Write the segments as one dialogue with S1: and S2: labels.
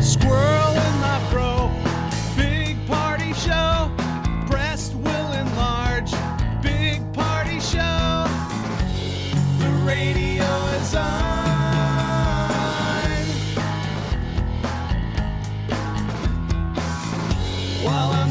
S1: Squirrel in my bro, big party show. Breast will enlarge, big party show. The radio is on. While I'm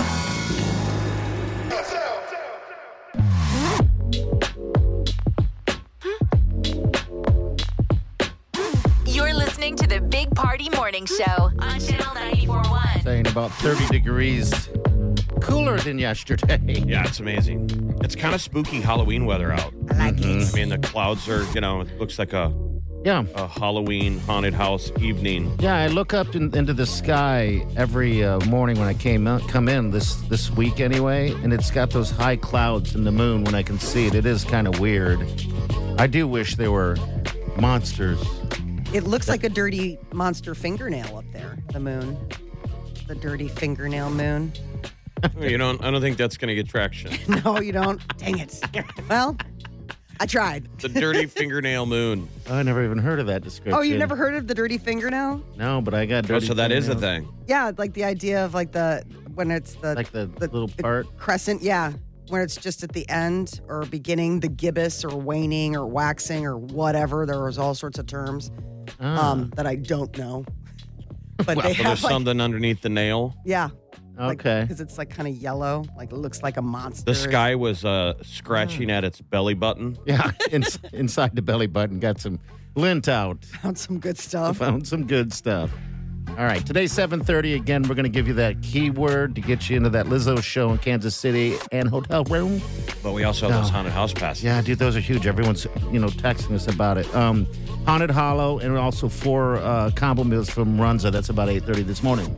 S2: You're listening to the Big Party Morning Show on Channel 941.
S3: saying about 30 degrees cooler than yesterday.
S4: Yeah, it's amazing. It's kind of spooky Halloween weather out. I like it. I mean, the clouds are, you know, it looks like a,
S3: Yeah.
S4: a Halloween haunted house evening.
S3: Yeah, I look up in, into the sky every uh, morning when I came out, come in this this week anyway, and it's got those high clouds and the moon when I can see it. It is kind of weird. I do wish there were monsters.
S5: It looks like a dirty monster fingernail up there, the moon. The dirty fingernail moon.
S4: You know, I don't think that's going to get traction.
S5: No, you don't. Dang it. Well, I tried.
S4: The dirty fingernail moon.
S3: I never even heard of that description.
S5: Oh, you never heard of the dirty fingernail?
S3: No, but I got
S4: Oh,
S3: dirty.
S4: so that is a
S3: fingernails.
S4: thing.
S5: Yeah, like the idea of like the when it's the
S3: Like the, little part.
S5: crescent, yeah. When it's just at the end or beginning, the gibbous or waning or waxing or whatever. There was all sorts of terms
S3: Ah,
S5: um, that I don't know.
S3: Well,
S5: But they
S4: Hmm. So
S5: have
S4: there's
S5: like,
S4: something underneath the nail.
S5: yeah,
S3: okay.
S5: because it's like kind of yellow, like it looks like a monster.
S4: The sky was uh, scratching at its belly button.
S3: yeah, in, inside the belly button, got some lint out.
S5: found some good stuff.
S3: found some good stuff. All right, today 7:30 again. We're going to give you that keyword to get you into that Lizzo show in Kansas City and hotel room.
S4: But we also have those haunted house passes.
S3: Oh. Yeah, dude, those are huge. Everyone's you know texting us about it. Um, Haunted Hollow and also four uh, combo meals from Runza. That's about 8:30 this morning.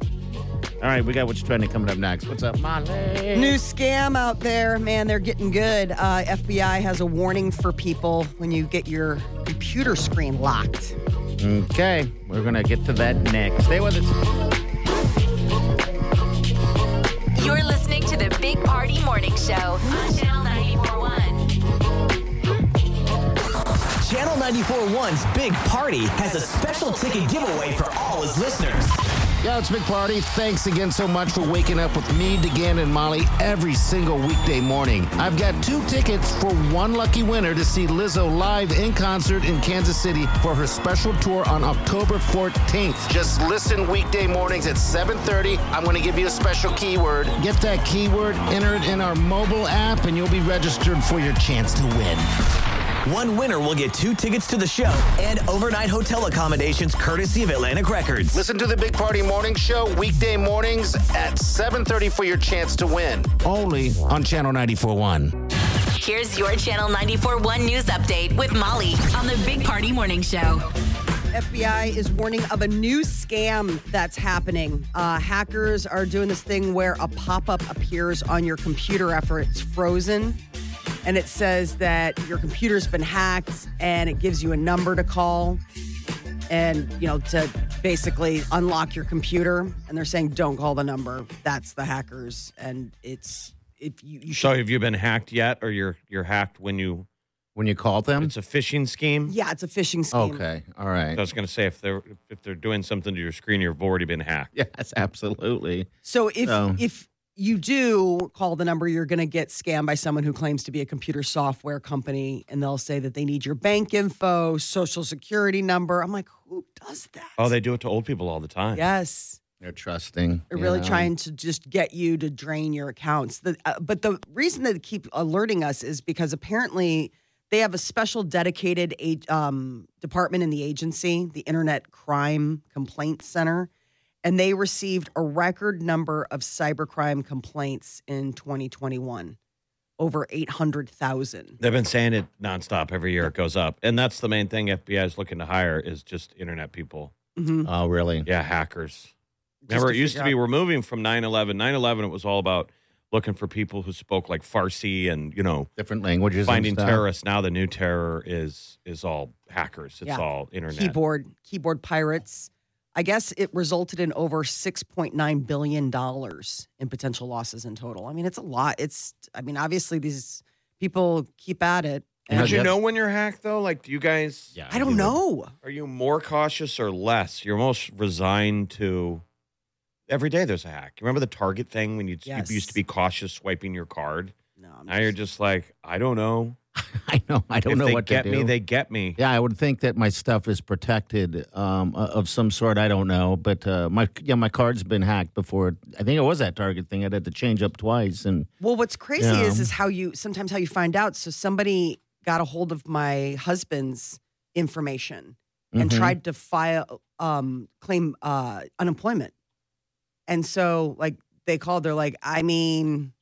S3: All right, we got what's trending coming up next. What's up, Molly?
S5: New scam out there, man. They're getting good. Uh, FBI has a warning for people when you get your computer screen locked.
S3: Okay, we're going to get to that next. Stay with us.
S2: You're listening to the Big Party Morning Show on Channel 941.
S6: Channel 941's Big Party has a special ticket giveaway for all his listeners.
S3: Yeah, it's Big Party. Thanks again so much for waking up with me, DeGan, and Molly every single weekday morning. I've got two tickets for one lucky winner to see Lizzo live in concert in Kansas City for her special tour on October 14th. Just listen weekday mornings at 7.30. I'm going to give you a special keyword. Get that keyword, enter it in our mobile app, and you'll be registered for your chance to win.
S6: One winner will get two tickets to the show and overnight hotel accommodations courtesy of Atlantic Records.
S3: Listen to the Big Party Morning Show weekday mornings at 7.30 for your chance to win. Only on Channel 94.1.
S2: Here's your Channel 941 news update with Molly on the Big Party Morning Show.
S5: FBI is warning of a new scam that's happening. Uh, hackers are doing this thing where a pop up appears on your computer after it's frozen. And it says that your computer's been hacked and it gives you a number to call and, you know, to basically unlock your computer. And they're saying, don't call the number. That's the hackers. And it's, if you, you should.
S4: So have you been hacked yet, or you're you're hacked when you?
S3: When you called them?
S4: It's a phishing scheme.
S5: Yeah, it's a phishing scheme.
S3: okay. All
S4: So I
S3: right.
S4: was going to say if they're if they're doing something to your screen, you've already been hacked.
S3: Yes, absolutely.
S5: So if
S3: So-
S5: if you do call the number, you're going to get scammed by someone who claims to be a computer software company, and they'll say that they need your bank info, social security number. I'm like, who does that?
S4: Oh, they do it to old people all the time.
S5: yes,
S7: They're trusting.
S5: they're
S7: you
S5: really
S7: know.
S5: trying to just get you to drain your accounts. The, uh, but the reason they keep alerting us is because apparently they have a special dedicated a- um, department in the agency, the Internet Crime Complaint Center, and they received a record number of cybercrime complaints in 2021, over 800,000.
S4: They've been saying it nonstop. Every year it goes up, and that's the main thing FBI is looking to hire is just internet people.
S5: Mhm.
S7: Oh, really?
S4: Yeah, hackers.
S5: Just
S4: Remember,
S5: to
S4: it used to
S5: figure
S4: be
S5: out-
S4: we're moving from 9-11. 9-11, it was all about looking for people who spoke like Farsi and you know
S7: Different languages. and
S4: finding
S7: stuff.
S4: terrorists. Now the new terror is is all hackers. It's
S5: Yeah.
S4: all internet.
S5: keyboard keyboard pirates. I guess it resulted in over six point nine billion dollars in potential losses in total. I mean, it's a lot. It's I mean, obviously these people keep at it.
S7: Yeah,
S4: Did
S5: And
S4: you
S7: that's-
S4: know when you're hacked though? Like, do you guys?
S7: Yeah,
S5: I don't
S7: you would-
S5: know.
S4: Are you more cautious or less? You're most resigned to. Every day there's a hack. You remember the Target thing when you,
S5: Yes.
S4: you used to be cautious swiping your card.
S5: No, I'm
S4: Now you're just like, I don't know.
S7: I know. I don't
S4: if
S7: know
S4: they
S7: what
S4: get
S7: to do.
S4: me. They get me.
S7: yeah, I would think that my stuff is protected um, o- of some sort. I don't know, but uh, my yeah, my card's been hacked before. I think it was that Target thing. I had to change up twice, and
S5: Well, what's crazy
S7: Yeah.
S5: is is how you sometimes how you find out. So somebody got a hold of my husband's information and
S7: Mhm.
S5: tried to file um, claim uh, unemployment. And so, like they called, they're like, "I mean,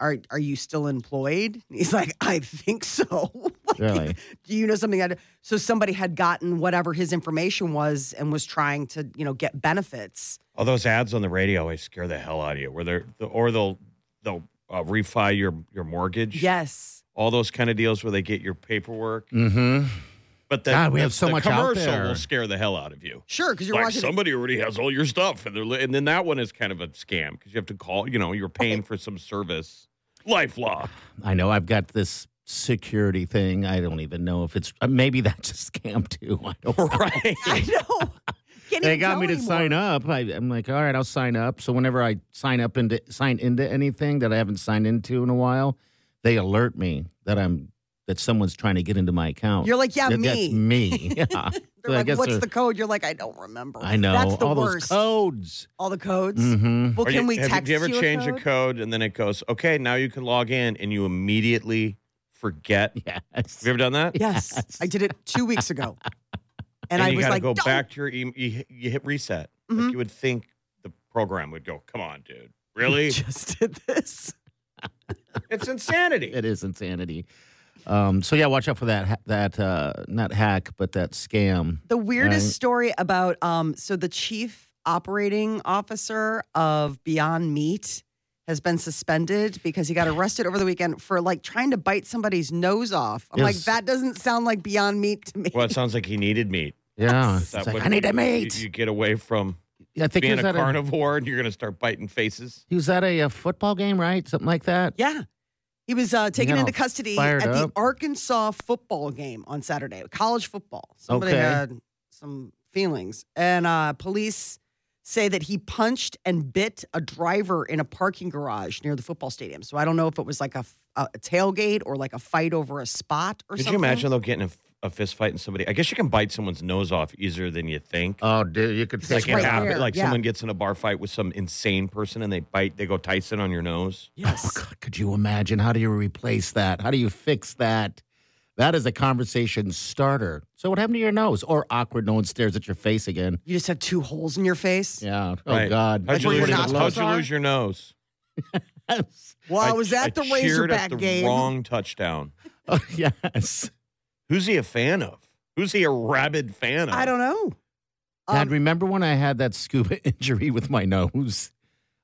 S5: are are you still employed?" And he's like, "I think so." Like,
S7: Really?
S5: Do you know something? I do? So somebody had gotten whatever his information was and was trying to, you know, get benefits.
S4: All those ads on the radio always scare the hell out of you. Where they're the, or they'll they'll uh, refi your your mortgage.
S5: Yes.
S4: All those kind of deals where they get your paperwork.
S7: mm-hmm.
S4: But the,
S7: God, we
S4: the-
S7: have so
S4: the
S7: much out
S4: commercial
S7: there.
S4: will scare the hell out of you.
S5: Sure, because you're
S4: like
S5: watching.
S4: somebody already has all your stuff, and they're li- and then that one is kind of a scam because you have to call. You know, you're paying for some service. LifeLock.
S7: I know I've got this security thing. I don't even know if it's uh, maybe that's a scam too. I don't know.
S4: Right.
S5: I know. Can't
S7: They
S5: even
S7: got
S5: tell
S7: me to
S5: anymore.
S7: sign up. I, I'm like, all right, I'll sign up. So whenever I sign up into sign into anything that I haven't signed into in a while, they alert me that I'm that someone's trying to get into my account.
S5: You're like, yeah,
S7: That-
S5: me.
S7: That's me. Yeah. So
S5: They're
S7: I
S5: like,
S7: guess
S5: what's
S7: they're-
S5: the code? You're like, I don't remember.
S7: I know
S5: That's the
S7: all
S5: worst. Mm-hmm.
S7: those Oh. codes.
S5: All the codes.
S7: hmm
S5: Well,
S4: Or
S5: can
S4: you-
S5: we
S4: have you-
S5: text
S4: Do you ever
S5: a
S4: change
S5: code?
S4: a code and then it goes, okay, now you can log in, and you immediately forget? Have
S7: Yes.
S4: you ever done that?
S5: Yes. I did it two weeks ago. And,
S4: And,
S5: I
S4: you
S5: was
S4: gotta
S5: like,
S4: go
S5: "Don't."
S4: back to your email. You, hit- you hit reset.
S5: Mhm.
S4: Like you would think the program would go, come on, dude, really?
S5: just did this.
S4: it's insanity.
S7: It is insanity. Um, so yeah, watch out for that ha- that uh, not hack, but that scam.
S5: The weirdest
S7: Right.
S5: story about um, so the chief operating officer of Beyond Meat has been suspended because he got arrested over the weekend for like trying to bite somebody's nose off. I'm like,
S7: Yes.
S5: that doesn't sound like Beyond Meat to me.
S4: Well, it sounds like he needed meat.
S7: Yeah,
S4: That
S7: It's like,
S4: would-
S7: I need a
S4: You,
S7: mate.
S4: you get away from
S7: I think he
S4: being
S7: was
S4: a
S7: at a-
S4: carnivore, and you're going to start biting faces.
S7: he was at a, uh football game, right? Something like that.
S5: Yeah. He was uh, taken
S7: got
S5: into
S7: all
S5: custody at
S7: fired
S5: the
S7: up.
S5: Arkansas football game on Saturday, college football. Somebody
S7: Okay.
S5: had some feelings. And uh, police say that he punched and bit a driver in a parking garage near the football stadium. So I don't know if it was like a, f- a tailgate or like a fight over a spot or
S4: Could
S5: something.
S4: you imagine though getting a, a fist fight and somebody? I guess you can bite someone's nose off easier than you think.
S7: Oh, dude, you could
S5: It's
S4: like
S7: take
S4: it
S5: right
S7: it out.
S4: happen-
S5: there,
S4: like
S5: yeah.
S4: someone gets in a bar fight with some insane person and they bite. They go Tyson on your nose.
S7: Oh, God, could you imagine? How do you replace that? How do you fix that? That is a conversation starter. So, what happened to your nose? Or awkward, no one stares at your face again.
S5: You just have two holes in your face.
S7: Yeah. Oh,
S4: Right.
S7: God.
S4: How'd, you
S5: where
S4: lose,
S5: your
S4: your,
S5: nostrils
S4: how'd you
S5: are?
S4: lose your nose?
S7: yes.
S5: Well, I, was at the
S4: I cheered
S5: Razorback
S4: at the
S5: game.
S4: Wrong touchdown.
S7: Oh, yes.
S4: Who's he a fan of? Who's he a rabid fan of?
S5: I don't know.
S7: Dad, remember when I had that scuba injury with my nose?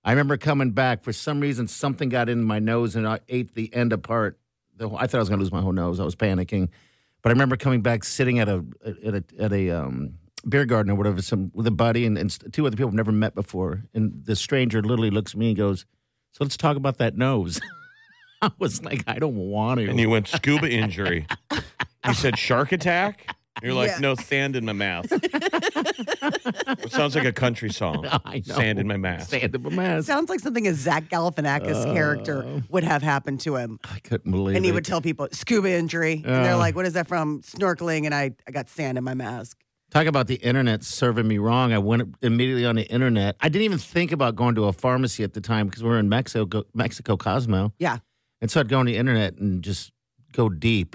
S7: I remember coming back. For some reason, something got in my nose and I ate the end apart. The whole- I thought I was going to lose my whole nose. I was panicking, but I remember coming back, sitting at a at a, at a um, beer garden or whatever, some with a buddy and, and two other people I've never met before. And the stranger literally looks at me and goes, "So let's talk about that nose." I was like, "I don't want to."
S4: And you went scuba injury. you said shark attack. You're like,
S5: Yeah.
S4: no sand in my mouth. it sounds like a country song.
S7: I know.
S4: Sand in my mouth.
S7: Sand in my mask.
S5: Sounds like something a Zach Galifianakis
S4: Oh.
S5: character would have happened to him.
S7: I couldn't believe
S5: And he
S7: it.
S5: would tell people scuba injury, and they're
S7: Oh.
S5: like, "What is that from?" Snorkeling, and I, I got sand in my mask.
S7: Talk about the internet serving me wrong. I went immediately on the internet. I didn't even think about going to a pharmacy at the time because we were in Mexico, Mexico Cosmo.
S5: Yeah.
S7: And so I'd go on the internet and just go deep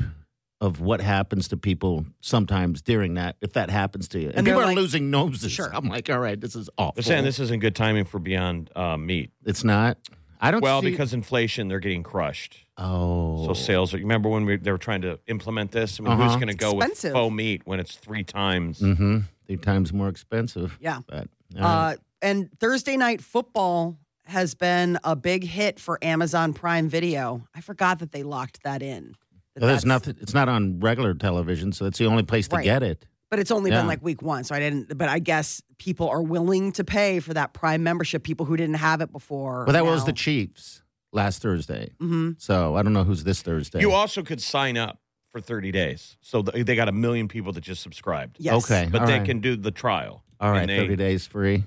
S7: of what happens to people sometimes during that, if that happens to you. And,
S5: And they're
S7: people are
S5: like-
S7: losing noses.
S5: Sure.
S7: I'm like, all right, this is awful.
S4: They're saying this isn't good timing for Beyond uh, Meat.
S7: It's not. I don't
S4: Well,
S7: see-
S4: because inflation, they're getting crushed.
S7: Oh.
S4: So sales are. You remember when we, they were trying to implement this? I mean, who's
S7: Uh-huh.
S4: going to
S5: It's
S4: go with
S5: expensive.
S4: faux meat when it's three times?
S7: Mm-hmm. Three times more expensive.
S5: Yeah.
S7: But, all right.
S5: Uh, and Thursday night football has been a big hit for Amazon Prime Video. I forgot that they locked that in. That
S7: Well, there's
S5: that's-
S7: nothing. It's not on regular television, so it's the only place to
S5: Right.
S7: get it.
S5: But it's only
S7: Yeah.
S5: been like week one, so I didn't. But I guess people are willing to pay for that Prime membership. People who didn't have it before.
S7: Well, that was the Chiefs last Thursday.
S5: hmm
S7: So I don't know who's this Thursday.
S4: You also could sign up for 30 days. So th- they got a million people that just subscribed,
S5: Yes.
S7: Okay.
S4: but
S7: all
S4: they
S7: right.
S4: can do the trial.
S7: All right,
S4: And they-
S7: 30 days free.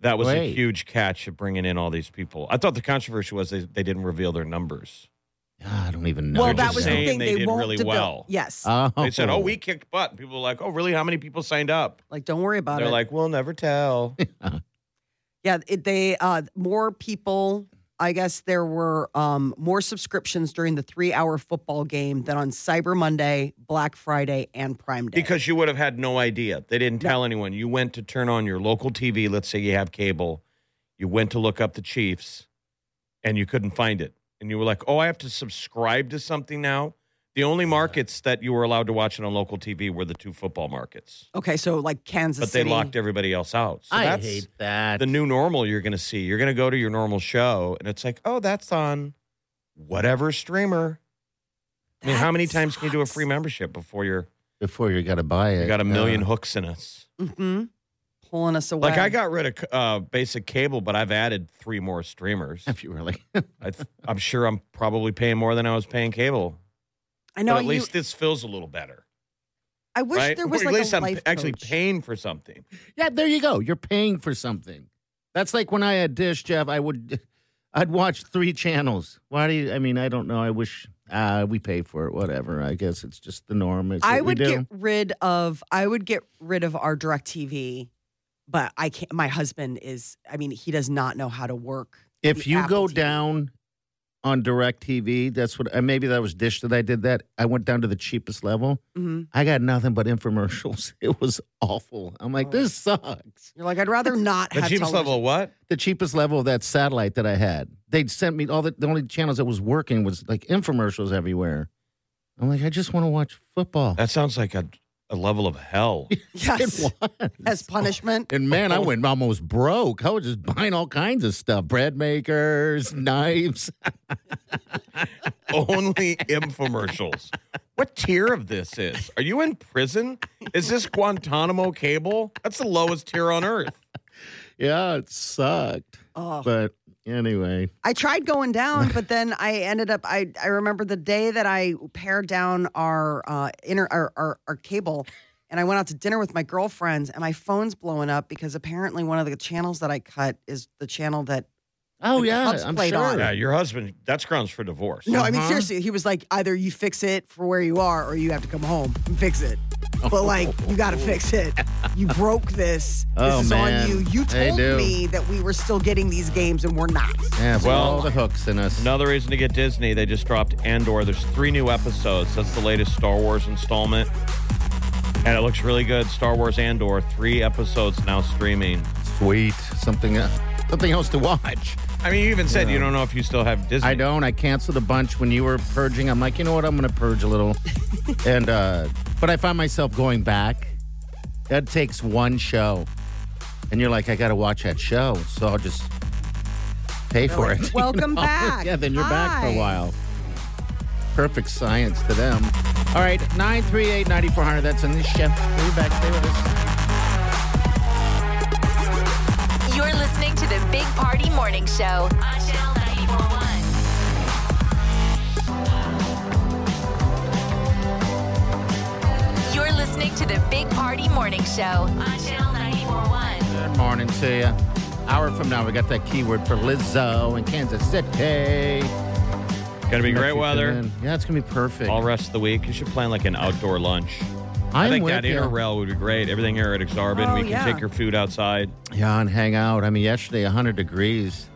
S4: That was a
S7: Wait.
S4: huge catch of bringing in all these people. I thought the controversy was they, they didn't reveal their numbers.
S7: Ah, I don't even know.
S5: Well,
S4: They're
S5: that
S4: just
S5: was
S4: saying
S5: the thing.
S4: they
S5: They,
S4: did
S5: won't
S4: really
S5: develop-
S4: well.
S5: Yes.
S7: Oh.
S4: They said, "Oh, we kicked butt." And people were like, "Oh, really? How many people signed up?"
S5: like, don't worry about
S4: They're
S5: it.
S4: like, "We'll never tell."
S5: Yeah, it, they uh, more people. I guess there were um, more subscriptions during the three-hour football game than on Cyber Monday, Black Friday, and Prime Day.
S4: Because you would have had no idea. They didn't tell anyone. You went to turn on your local TV. Let's say you have cable. You went to look up the Chiefs and you couldn't find it. And you were like, oh, I have to subscribe to something now. The only markets that you were allowed to watch it on local TV were the two football markets,
S5: okay, so like Kansas,
S4: but they
S5: City.
S4: locked everybody else out. So
S7: I
S4: that's
S7: hate that.
S4: the new normal you're going to see. You're going to go to your normal show and it's like, oh, that's on whatever streamer. I mean, how
S5: That
S4: many times can you do a
S5: sucks.
S4: free membership before you're
S7: Before you got to buy it.
S4: you got a
S7: uh,
S4: million hooks in us?
S5: Mhm. pulling us away.
S4: Like I got rid of uh, basic cable, but I've added three more streamers.
S7: If you really.
S4: I th- I'm sure I'm probably paying more than I was paying cable.
S5: I know.
S4: but at
S5: you-
S4: least this feels a little better.
S5: I wish
S4: right?
S5: there was
S4: Or
S5: like
S4: at least
S5: a
S4: I'm
S5: life
S4: actually
S5: coach.
S4: paying for something.
S7: yeah, there you go. You're paying for something. That's like when I had Dish, Jeff, I would. I'd watch three channels. Why do you? I mean, I don't know. I wish uh, we pay for it. Whatever. I guess it's just the norm. It's
S5: I
S7: what we
S5: would
S7: do.
S5: get rid of I would get rid of our direct TV, but I can't my husband is I mean, he does not know how to work.
S7: If
S5: the
S7: you
S5: Apple
S7: go
S5: TV.
S7: down on Direct TV, that's what. And maybe that was Dish that I did that. I went down to the cheapest level.
S5: Mhm.
S7: I got nothing but infomercials. It was awful. I'm like, this sucks.
S5: You're like, I'd rather not
S4: The
S5: have
S4: cheapest
S5: television.
S4: level of what?
S7: The cheapest level of that satellite that I had, they'd sent me all the, the only channels that was working was like infomercials everywhere. I'm like, I just want to watch football.
S4: That sounds like a, a level of hell.
S5: Yes.
S7: It was.
S5: As punishment.
S7: And man, I went almost broke. I was just buying all kinds of stuff bread makers, knives.
S4: Only infomercials. What tier of this is? Are you in prison? Is this Guantanamo cable? That's the lowest tier on earth.
S7: Yeah, it sucked.
S5: Oh.
S7: But anyway,
S5: I tried going down, but then I ended up I I remember the day that I pared down our uh inner our, our, our cable and I went out to dinner with my girlfriends and my phone's blowing up because apparently one of the channels that I cut is the channel that
S7: Oh
S5: the
S7: yeah,
S5: Cubs
S7: I'm
S5: played
S7: sure.
S5: on.
S4: Yeah, your husband, that's grounds for divorce.
S5: No, I mean
S7: Uh-huh.
S5: seriously, he was like, either you fix it for where you are, or you have to come home and fix it. But like, you got to fix it. You broke this.
S7: Oh,
S5: this is
S7: man.
S5: on you. You
S7: They
S5: told
S7: do.
S5: me that we were still getting these games, and we're not.
S7: Yeah, but
S4: Well-
S7: all the hooks in us.
S4: Another reason to get Disney, they just dropped Andor. There's three new episodes. That's the latest Star Wars installment. And it looks really good. Star Wars Andor, three episodes now streaming.
S7: Sweet, something, uh, something else to watch.
S4: I mean, you even said you don't know if you still have Disney.
S7: I don't. I canceled a bunch when you were purging. I'm like, you know what? I'm going to purge a little, and uh but I find myself going back. That takes one show, and you're like, I got to watch that show, so I'll just pay for it. you
S5: Welcome
S7: know?
S5: back.
S7: yeah, then you're back for a
S5: Hi.
S7: while. Perfect science to them. All right, 938 9400. That's in this show. We'll be back. Stay with us.
S2: You're listening to the Big Party Morning Show on Channel 941. You're listening back to the Big Party Morning Show on Channel 941.
S7: Good morning to you. Hour from now, we got that keyword for Lizzo in Kansas City.
S4: Gonna be great weather.
S7: Yeah, it's gonna be perfect.
S4: All rest of the week. You should plan like an outdoor lunch.
S7: I'm
S4: think
S7: with
S4: that
S7: you.
S4: inner rail would be great. Everything here at Exarban,
S5: Oh,
S4: we can
S5: yeah.
S4: take your food outside.
S7: Yeah, and hang out. I mean, yesterday, 100 degrees.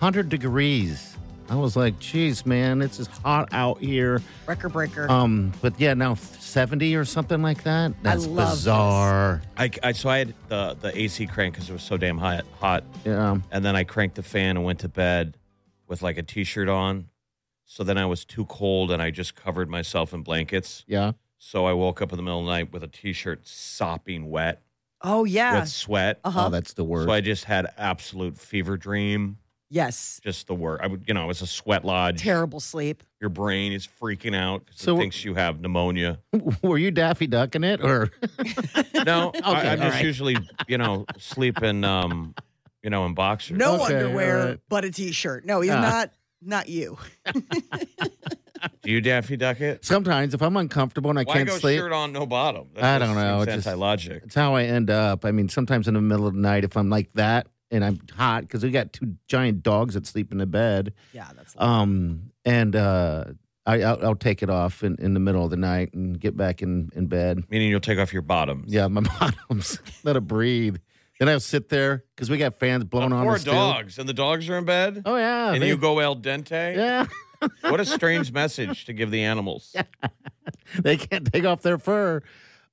S7: 100 degrees. I was like, geez, man, it's as hot out here.
S5: Record breaker.
S7: Um, but yeah, now 70 or something like that. That's
S5: love this.
S7: bizarre.
S4: I, I so I had the the AC crank because it was so damn hot, hot,
S7: Yeah.
S4: and then I cranked the fan and went to bed with like a t-shirt on. So then I was too cold and I just covered myself in blankets.
S7: Yeah.
S4: So I woke up in the middle of the night with a t-shirt sopping wet
S5: oh yeah.
S4: with sweat.
S5: Uh huh.
S7: Oh, that's the worst.
S4: So I just had absolute fever dream,
S5: yes.
S4: just the worst. I would, you know, it was a sweat lodge.
S5: Terrible sleep.
S4: Your brain is freaking out because
S7: So-
S4: it thinks you have pneumonia.
S7: Were you Daffy ducking it or?
S4: No, I,
S7: Okay,
S4: I'm
S7: all
S4: just
S7: right.
S4: usually, you know, sleep in, um, you know, in boxers.
S5: No
S7: Okay,
S5: underwear,
S7: all right.
S5: but a t-shirt. No, he's
S7: Yeah.
S5: not. Not you.
S4: Do you Daffy Duck it?
S7: Sometimes if I'm uncomfortable and I
S4: Why
S7: can't
S4: go
S7: sleep,
S4: shirt on, no bottom? That
S7: I
S4: just
S7: don't know.
S4: seems
S7: It's just-
S4: anti-logic.
S7: It's how I end up. I mean, sometimes in the middle of the night, if I'm like that and I'm hot because we got two giant dogs that sleep in the bed,
S5: Yeah, that's.
S7: um, and uh, I, I'll, I'll take it off in, in the middle of the night and get back in, in bed.
S4: Meaning you'll take off your bottoms.
S7: Yeah, my bottoms let it breathe. Then I'll sit there because we got fans
S4: But
S7: blowing on
S4: poor
S7: us too.
S4: dogs, and the dogs are in bed,
S7: Oh yeah,
S4: and
S7: they-
S4: you go el dente.
S7: Yeah,
S4: What a strange message to give the animals.
S7: they can't take off their fur.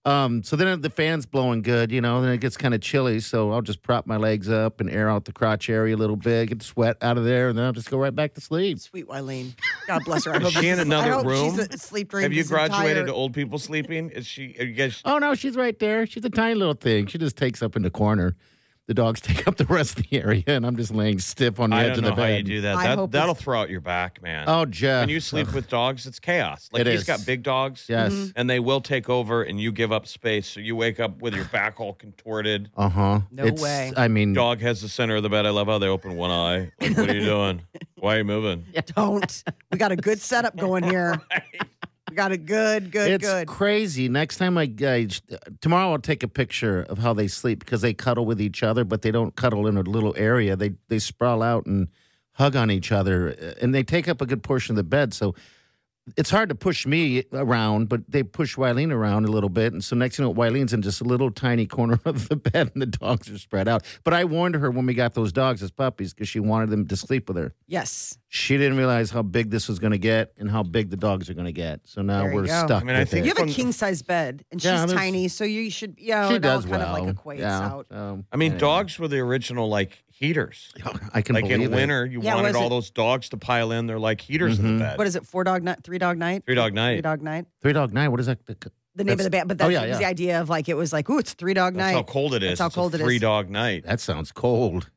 S7: Um, so then the fan's blowing good, you know, then it gets kind of chilly. So I'll just prop my legs up and air out the crotch area a little bit, get the sweat out of there, and then I'll just go right back to sleep.
S5: Sweet Wileen. God bless her. I
S4: Is
S5: hope
S4: she in
S5: she's-
S4: another
S5: I hope
S4: room?
S5: She's a sleep dream
S4: Have you
S5: is
S4: graduated
S5: entire-
S4: to old people sleeping? Is she? Are you guys?
S7: Oh no, she's right there. She's a tiny little thing. She just takes up in the corner. The dogs take up the rest of the area, and I'm just laying stiff on the
S4: I
S7: edge
S4: don't know
S7: of the
S4: how
S7: bed.
S4: you do that.
S5: I
S4: that
S5: hope
S4: that'll
S5: it's-
S4: throw out your back, man.
S7: Oh, Jeff.
S4: when you sleep
S7: Ugh.
S4: with dogs, it's chaos. Like
S7: It
S4: he's
S7: is.
S4: got big dogs.
S7: Yes.
S5: Mm-hmm.
S4: And they will take over, and you give up space. So you wake up with your back all contorted.
S7: Uh huh.
S5: No
S7: it's,
S5: way.
S7: I mean,
S4: Dog has the center of the bed. I love how they open one eye. Like, what are you doing? Why are you moving?
S5: Don't. We got a good setup going here. We got a good, good,
S7: it's
S5: good.
S7: crazy. Next time I, I tomorrow I'll take a picture of how they sleep because they cuddle with each other, but they don't cuddle in a little area. They they sprawl out and hug on each other, uh, and they take up a good portion of the bed. So it's hard to push me around, but they push Wileen around a little bit. And so next thing you know, Wileen's in just a little tiny corner of the bed, and the dogs are spread out. But I warned her when we got those dogs as puppies because she wanted them to sleep with her.
S5: yes.
S7: She didn't realize how big this was going to get and how big the dogs are going to get. So now
S5: There you
S7: we're
S5: go.
S7: stuck.
S4: I mean, I
S7: with
S4: think
S7: it.
S5: You have
S4: From-
S5: a king size bed and
S7: Yeah,
S5: she's
S7: there's-
S5: tiny, so you should yeah,
S7: she
S5: it all
S7: does
S5: kind
S7: well.
S5: of like equates out.
S7: um,
S4: I mean,
S7: yeah.
S4: dogs were the original like heaters.
S7: I can
S4: Like
S7: believe
S4: in
S7: it.
S4: winter, you
S5: Yeah,
S4: wanted
S5: was
S4: all
S5: it-
S4: those dogs to pile in. They're like heaters
S7: Mm-hmm.
S4: in the bed.
S5: What is it, four dog night three dog night?
S4: Three dog night.
S5: Three dog night.
S7: Three Dog Night. What is that?
S5: The name of the
S7: That's-
S5: band, but
S7: oh,
S5: that's
S7: yeah,
S5: it was
S7: yeah.
S5: the idea of like it was like, ooh, it's three dog
S4: That's
S5: night.
S4: how cold it is.
S5: That's how
S4: It's a
S5: cold it is.
S4: Three dog night.
S7: That sounds cold.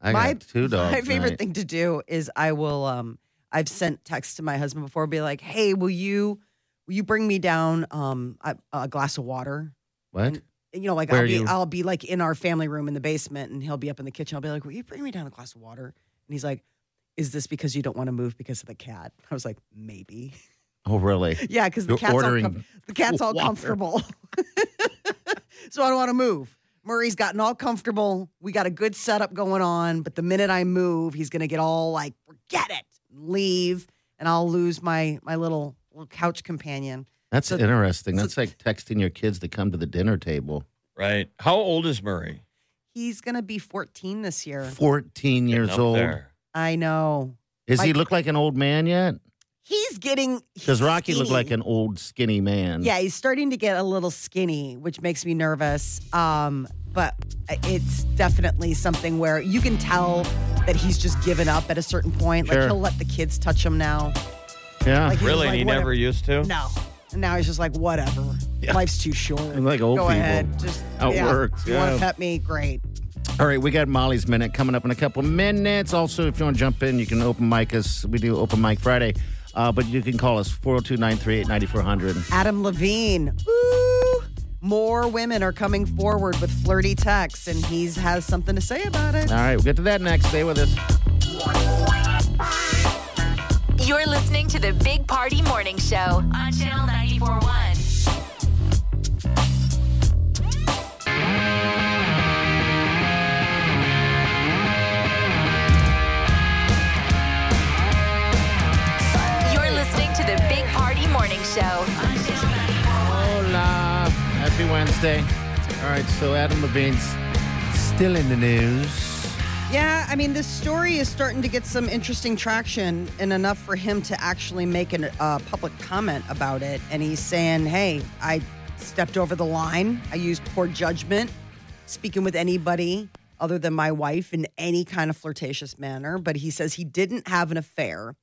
S7: I
S5: My-
S7: got two dogs.
S5: My favorite
S7: night.
S5: thing to do is I will um I've sent texts to my husband before be like, "Hey, will you will you bring me down um a, a glass of water?"
S7: What?
S5: You know, like
S7: Where
S5: I'll
S7: are
S5: be
S7: you?
S5: I'll be like in our family room in the basement and he'll be up in the kitchen. I'll be like, "Will you bring me down a glass of water?" And he's like, "Is this because you don't want to move because of the cat?" I was like, "Maybe."
S7: Oh, really?
S5: Yeah, cuz the
S7: You're
S5: cat's
S7: ordering
S5: all com- the cat's all
S7: water.
S5: comfortable. so I don't want to move. Murray's gotten all comfortable. We got a good setup going on, but the minute I move, he's going to get all like, "Forget it." Leave, and I'll lose my my little, little couch companion.
S7: That's
S5: So-
S7: interesting.
S5: so-
S7: That's like texting your kids to come to the dinner table.
S4: Right. How old is Murray?
S5: He's going to be 14 this year.
S7: Fourteen years
S4: Up
S7: old.
S4: there.
S5: I know.
S7: Does he
S5: Like-
S7: look like an old man yet?
S5: He's getting
S7: Does Rocky look like
S5: skinny.
S7: an old skinny man?
S5: Yeah, he's starting to get a little skinny, which makes me nervous. Um, but it's definitely something where you can tell that he's just given up at a certain point.
S7: Sure.
S5: Like he'll let the kids touch him now.
S7: Yeah.
S5: Like he's
S4: Really?
S5: like,
S4: and he
S5: "Whatever."
S4: never used to?
S5: No. And now he's just like, whatever. Life's too short.
S7: Like old
S5: Go
S7: people.
S5: ahead. Just
S7: How it
S5: yeah.
S7: works,
S5: You want
S7: yeah.
S5: to pet me? Great.
S7: All right, we got Molly's Minute coming up in a couple minutes. Also, if you want to jump in, you can open mic us. We do open mic Friday, uh, but you can call us 402 938 9400.
S5: Adam Levine. Ooh. More women are coming forward with flirty texts, and he's has something to say about it.
S7: All right, we'll get to that next. Stay with us.
S2: You're listening to the Big Party Morning Show on Channel 941.
S7: Happy Wednesday. All right, so Adam Levine's still in the news.
S5: Yeah, I mean, this story is starting to get some interesting traction and enough for him to actually make a uh, public comment about it. And he's saying, hey, I stepped over the line. I used poor judgment speaking with anybody other than my wife in any kind of flirtatious manner. But he says he didn't have an affair,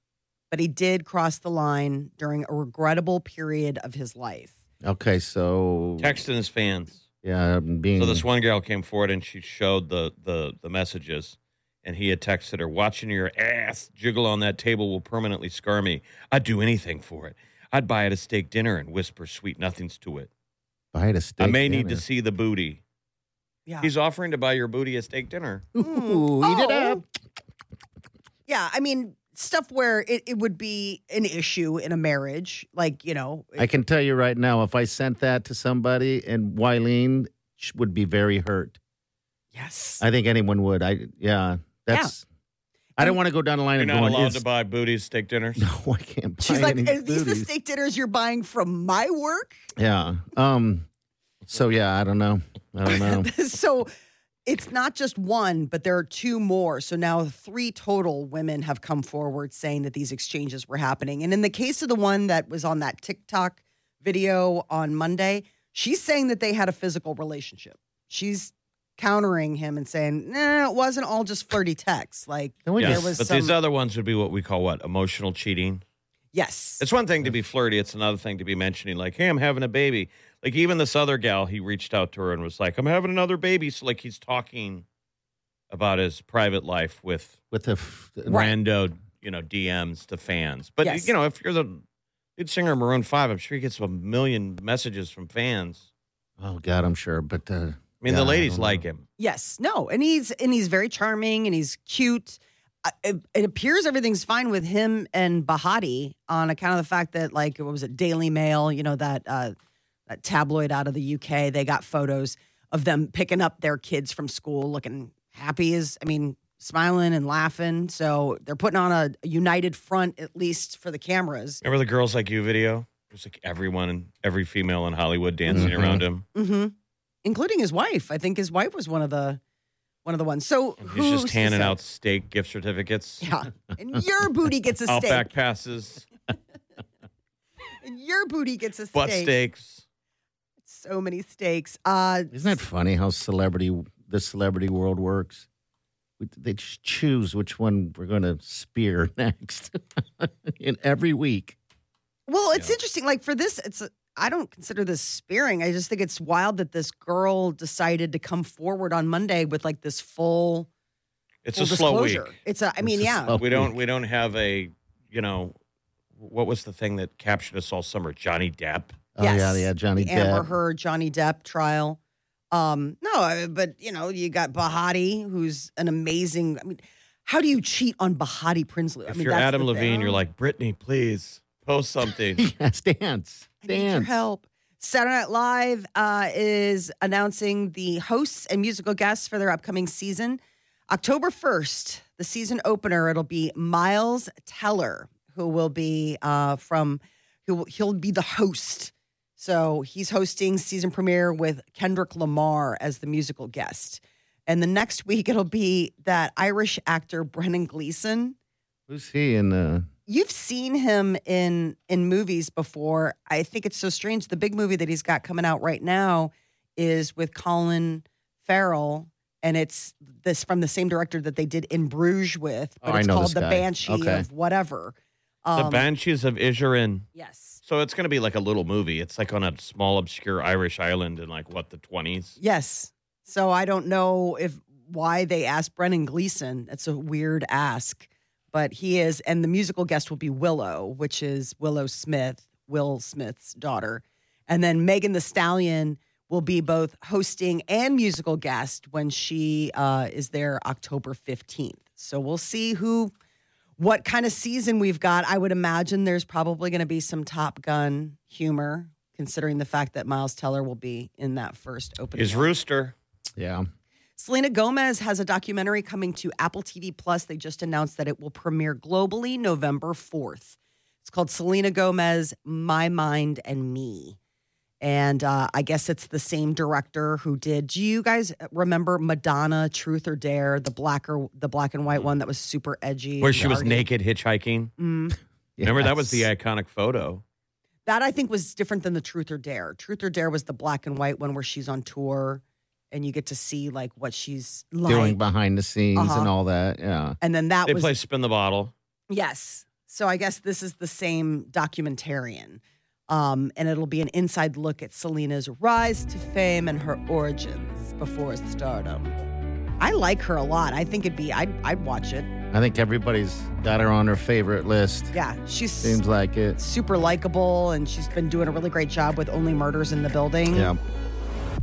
S5: but he did cross the line during a regrettable period of his life.
S7: Okay, so
S4: Texting his fans.
S7: yeah, I'm being
S4: So this one girl came forward and she showed the the the messages, and he had texted her, "Watching your ass jiggle on that table will permanently scar me. I'd do anything for it. I'd buy it a steak dinner and whisper sweet nothings to it.
S7: bite a steak
S4: I may need
S7: dinner.
S4: to see the booty.
S5: Yeah.
S4: He's offering to buy your booty a steak dinner.
S7: Ooh, eat it
S5: Oh.
S7: up.
S5: Yeah, I mean, stuff where it, it would be an issue in a marriage. Like, you know,
S7: I can tell you right now, if I sent that to somebody, and Wileen sh- would be very hurt.
S5: yes.
S7: I think anyone would. I yeah, that's. I don't want to go down the line
S4: You're
S7: of
S4: not
S7: going.
S4: allowed
S7: it's-
S4: to buy booties steak dinners.
S7: no, I can't. Buy
S5: She's like,
S7: any
S5: are these the
S7: booties."
S5: steak dinners you're buying from my work?
S7: Yeah. Um. So yeah, I don't know. I don't know.
S5: so it's not just one, but there are two more. So now three total women have come forward saying that these exchanges were happening. And in the case of the one that was on that TikTok video on Monday, she's saying that they had a physical relationship. She's countering him and saying, nah, it wasn't all just flirty texts. Like
S7: Can we
S4: Yes,
S5: there was
S4: but
S5: some
S4: these other ones would be what we call what emotional cheating.
S5: yes.
S4: It's one thing to be flirty. It's another thing to be mentioning, like, hey, I'm having a baby. Like, even this other gal, he reached out to her and was like, I'm having another baby. So, like, he's talking about his private life with
S7: with the f-
S4: rando, you know, DMs to fans. But,
S5: Yes.
S4: you know, if you're the lead singer of Maroon 5, I'm sure he gets a million messages from fans.
S7: oh god, I'm sure, but uh,
S4: I mean,
S7: Yeah,
S4: the
S7: I
S4: ladies
S7: don't
S4: like
S7: know.
S4: him.
S5: Yes, no, and he's and he's very charming and he's cute. I- It, it appears everything's fine with him and Bahati on account of the fact that like what was it Daily Mail, you know that uh, that tabloid out of the UK, they got photos of them picking up their kids from school, looking happy as I mean smiling and laughing. So they're putting on a, a united front at least for the cameras.
S4: Remember the Girls Like You video? It was like everyone, every female in Hollywood dancing
S7: Mhm.
S4: around him.
S5: hmm Including his wife. I think his wife was one of the one of the ones. So
S4: He's just
S5: who's to
S4: handing
S5: say?
S4: out steak gift certificates,
S5: Yeah. And your booty gets a steak.
S4: Outback passes,
S5: And your booty gets a steak.
S4: butt steaks.
S5: So many steaks. Uh,
S7: isn't that funny how celebrity the celebrity world works? We- They just choose which one we're going to spear next in every week.
S5: well, it's interesting. Like for this, it's I don't consider this spearing. I just think it's wild that this girl decided to come forward on Monday with like this full,
S4: It's
S5: full
S4: a slow
S5: disclosure.
S4: week.
S5: It's a. I mean,
S7: It's a
S5: yeah.
S7: slow
S4: We don't
S7: week.
S4: we don't have a you know what was the thing that captured us all summer? Johnny Depp.
S7: Oh yeah,
S5: Yes.
S7: yeah, Johnny
S5: the Amber
S7: Depp.
S5: Heard Johnny Depp trial. Um, no, I- but you know, you got Bahati, who's an amazing. I mean, how do you cheat on Bahati Prinsloo? I
S4: If
S5: mean,
S4: you're
S5: that's
S4: Adam
S5: the thing.
S4: Levine, you're like Brittany, please post something.
S7: yes, dance,
S5: I need your
S7: dance.
S5: help. Saturday Night Live uh, is announcing the hosts and musical guests for their upcoming season. October 1st, the season opener, it'll be Miles Teller, who will be uh, from, who will- he'll be the host. So he's hosting season premiere with Kendrick Lamar as the musical guest. And the next week, it'll be that Irish actor Brennan Gleeson
S7: Who's he in? Uh,
S5: you've seen him in in movies before. I think it's so strange. The big movie that he's got coming out right now is with Colin Farrell, and it's this from the same director that they did In Bruges with, but
S7: Oh, I
S5: it's
S7: know
S5: called
S7: this
S5: The
S7: guy.
S5: Banshee
S7: Okay.
S5: of whatever. Um,
S4: the Banshees of Inisherin.
S5: yes,
S4: So it's going to be like a little movie. It's like on a small obscure Irish island in like what the 20s.
S5: yes. So I don't know if why they asked Brennan Gleeson. That's a weird ask, but he is, and the musical guest will be Willow, which is Willow Smith, Will Smith's daughter. And then Megan the Stallion will be both hosting and musical guest when she uh, is there October 15th. So we'll see who, what kind of season we've got. I would imagine there's probably going to be some Top Gun humor, considering the fact that Miles Teller will be in that first opening.
S4: Is Rooster?
S7: yeah,
S5: Selena Gomez has a documentary coming to Apple TV Plus. They just announced that it will premiere globally November 4th. It's called Selena Gomez, My Mind and Me. And uh, I guess it's the same director who did. Do you guys remember Madonna, Truth or Dare, the black or the black and white one that was super edgy?
S4: Where
S5: and
S4: she was
S5: arty?
S4: naked hitchhiking.
S5: Mm.
S4: Remember that was the
S7: Yes.
S4: iconic photo.
S5: That I think was different than the Truth or Dare. Truth or Dare was the black and white one where she's on tour, and you get to see like what she's like.
S7: doing behind the scenes and
S5: Uh-huh.
S7: all that. Yeah.
S5: and then that
S4: They
S5: was
S4: play spin the bottle.
S5: Yes. So I guess this is the same documentarian. Um, and it'll be an inside look at Selena's rise to fame and her origins before stardom. I like her a lot. I think it'd be I'd I'd watch it.
S7: I think everybody's got her on her favorite list.
S5: Yeah. She's
S7: Seems like it.
S5: super likable and she's been doing a really great job with Only Murders in the Building.
S7: Yeah.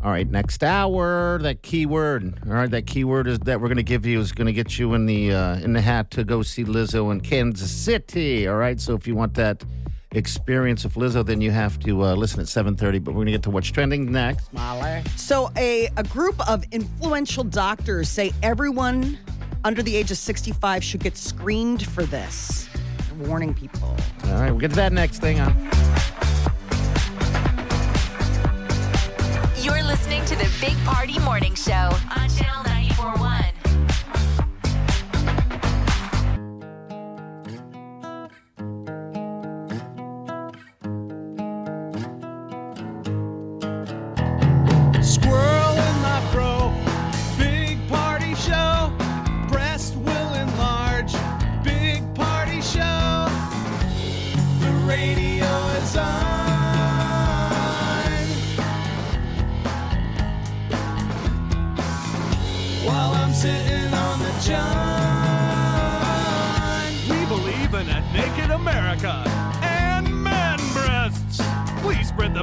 S7: All right, next hour, that keyword. All right, that keyword is that we're going to give you is going to get you in the uh, in the hat to go see Lizzo in Kansas City. All right, so if you want that experience of Lizzo, then you have to uh, listen at seven thirty. But we're going to get to what's trending next. Molly.
S5: So, a, a group of influential doctors say everyone under the age of 65 should get screened for this. They're warning people.
S7: All right, we'll get to that next thing on.
S2: You're listening to the Big Party Morning Show on Channel 941.
S1: Squirrel in my bro, big party show. Breast will enlarge, big party show. The radio is on. While I'm sitting on the john. We believe in a naked America and man breasts. Please spread the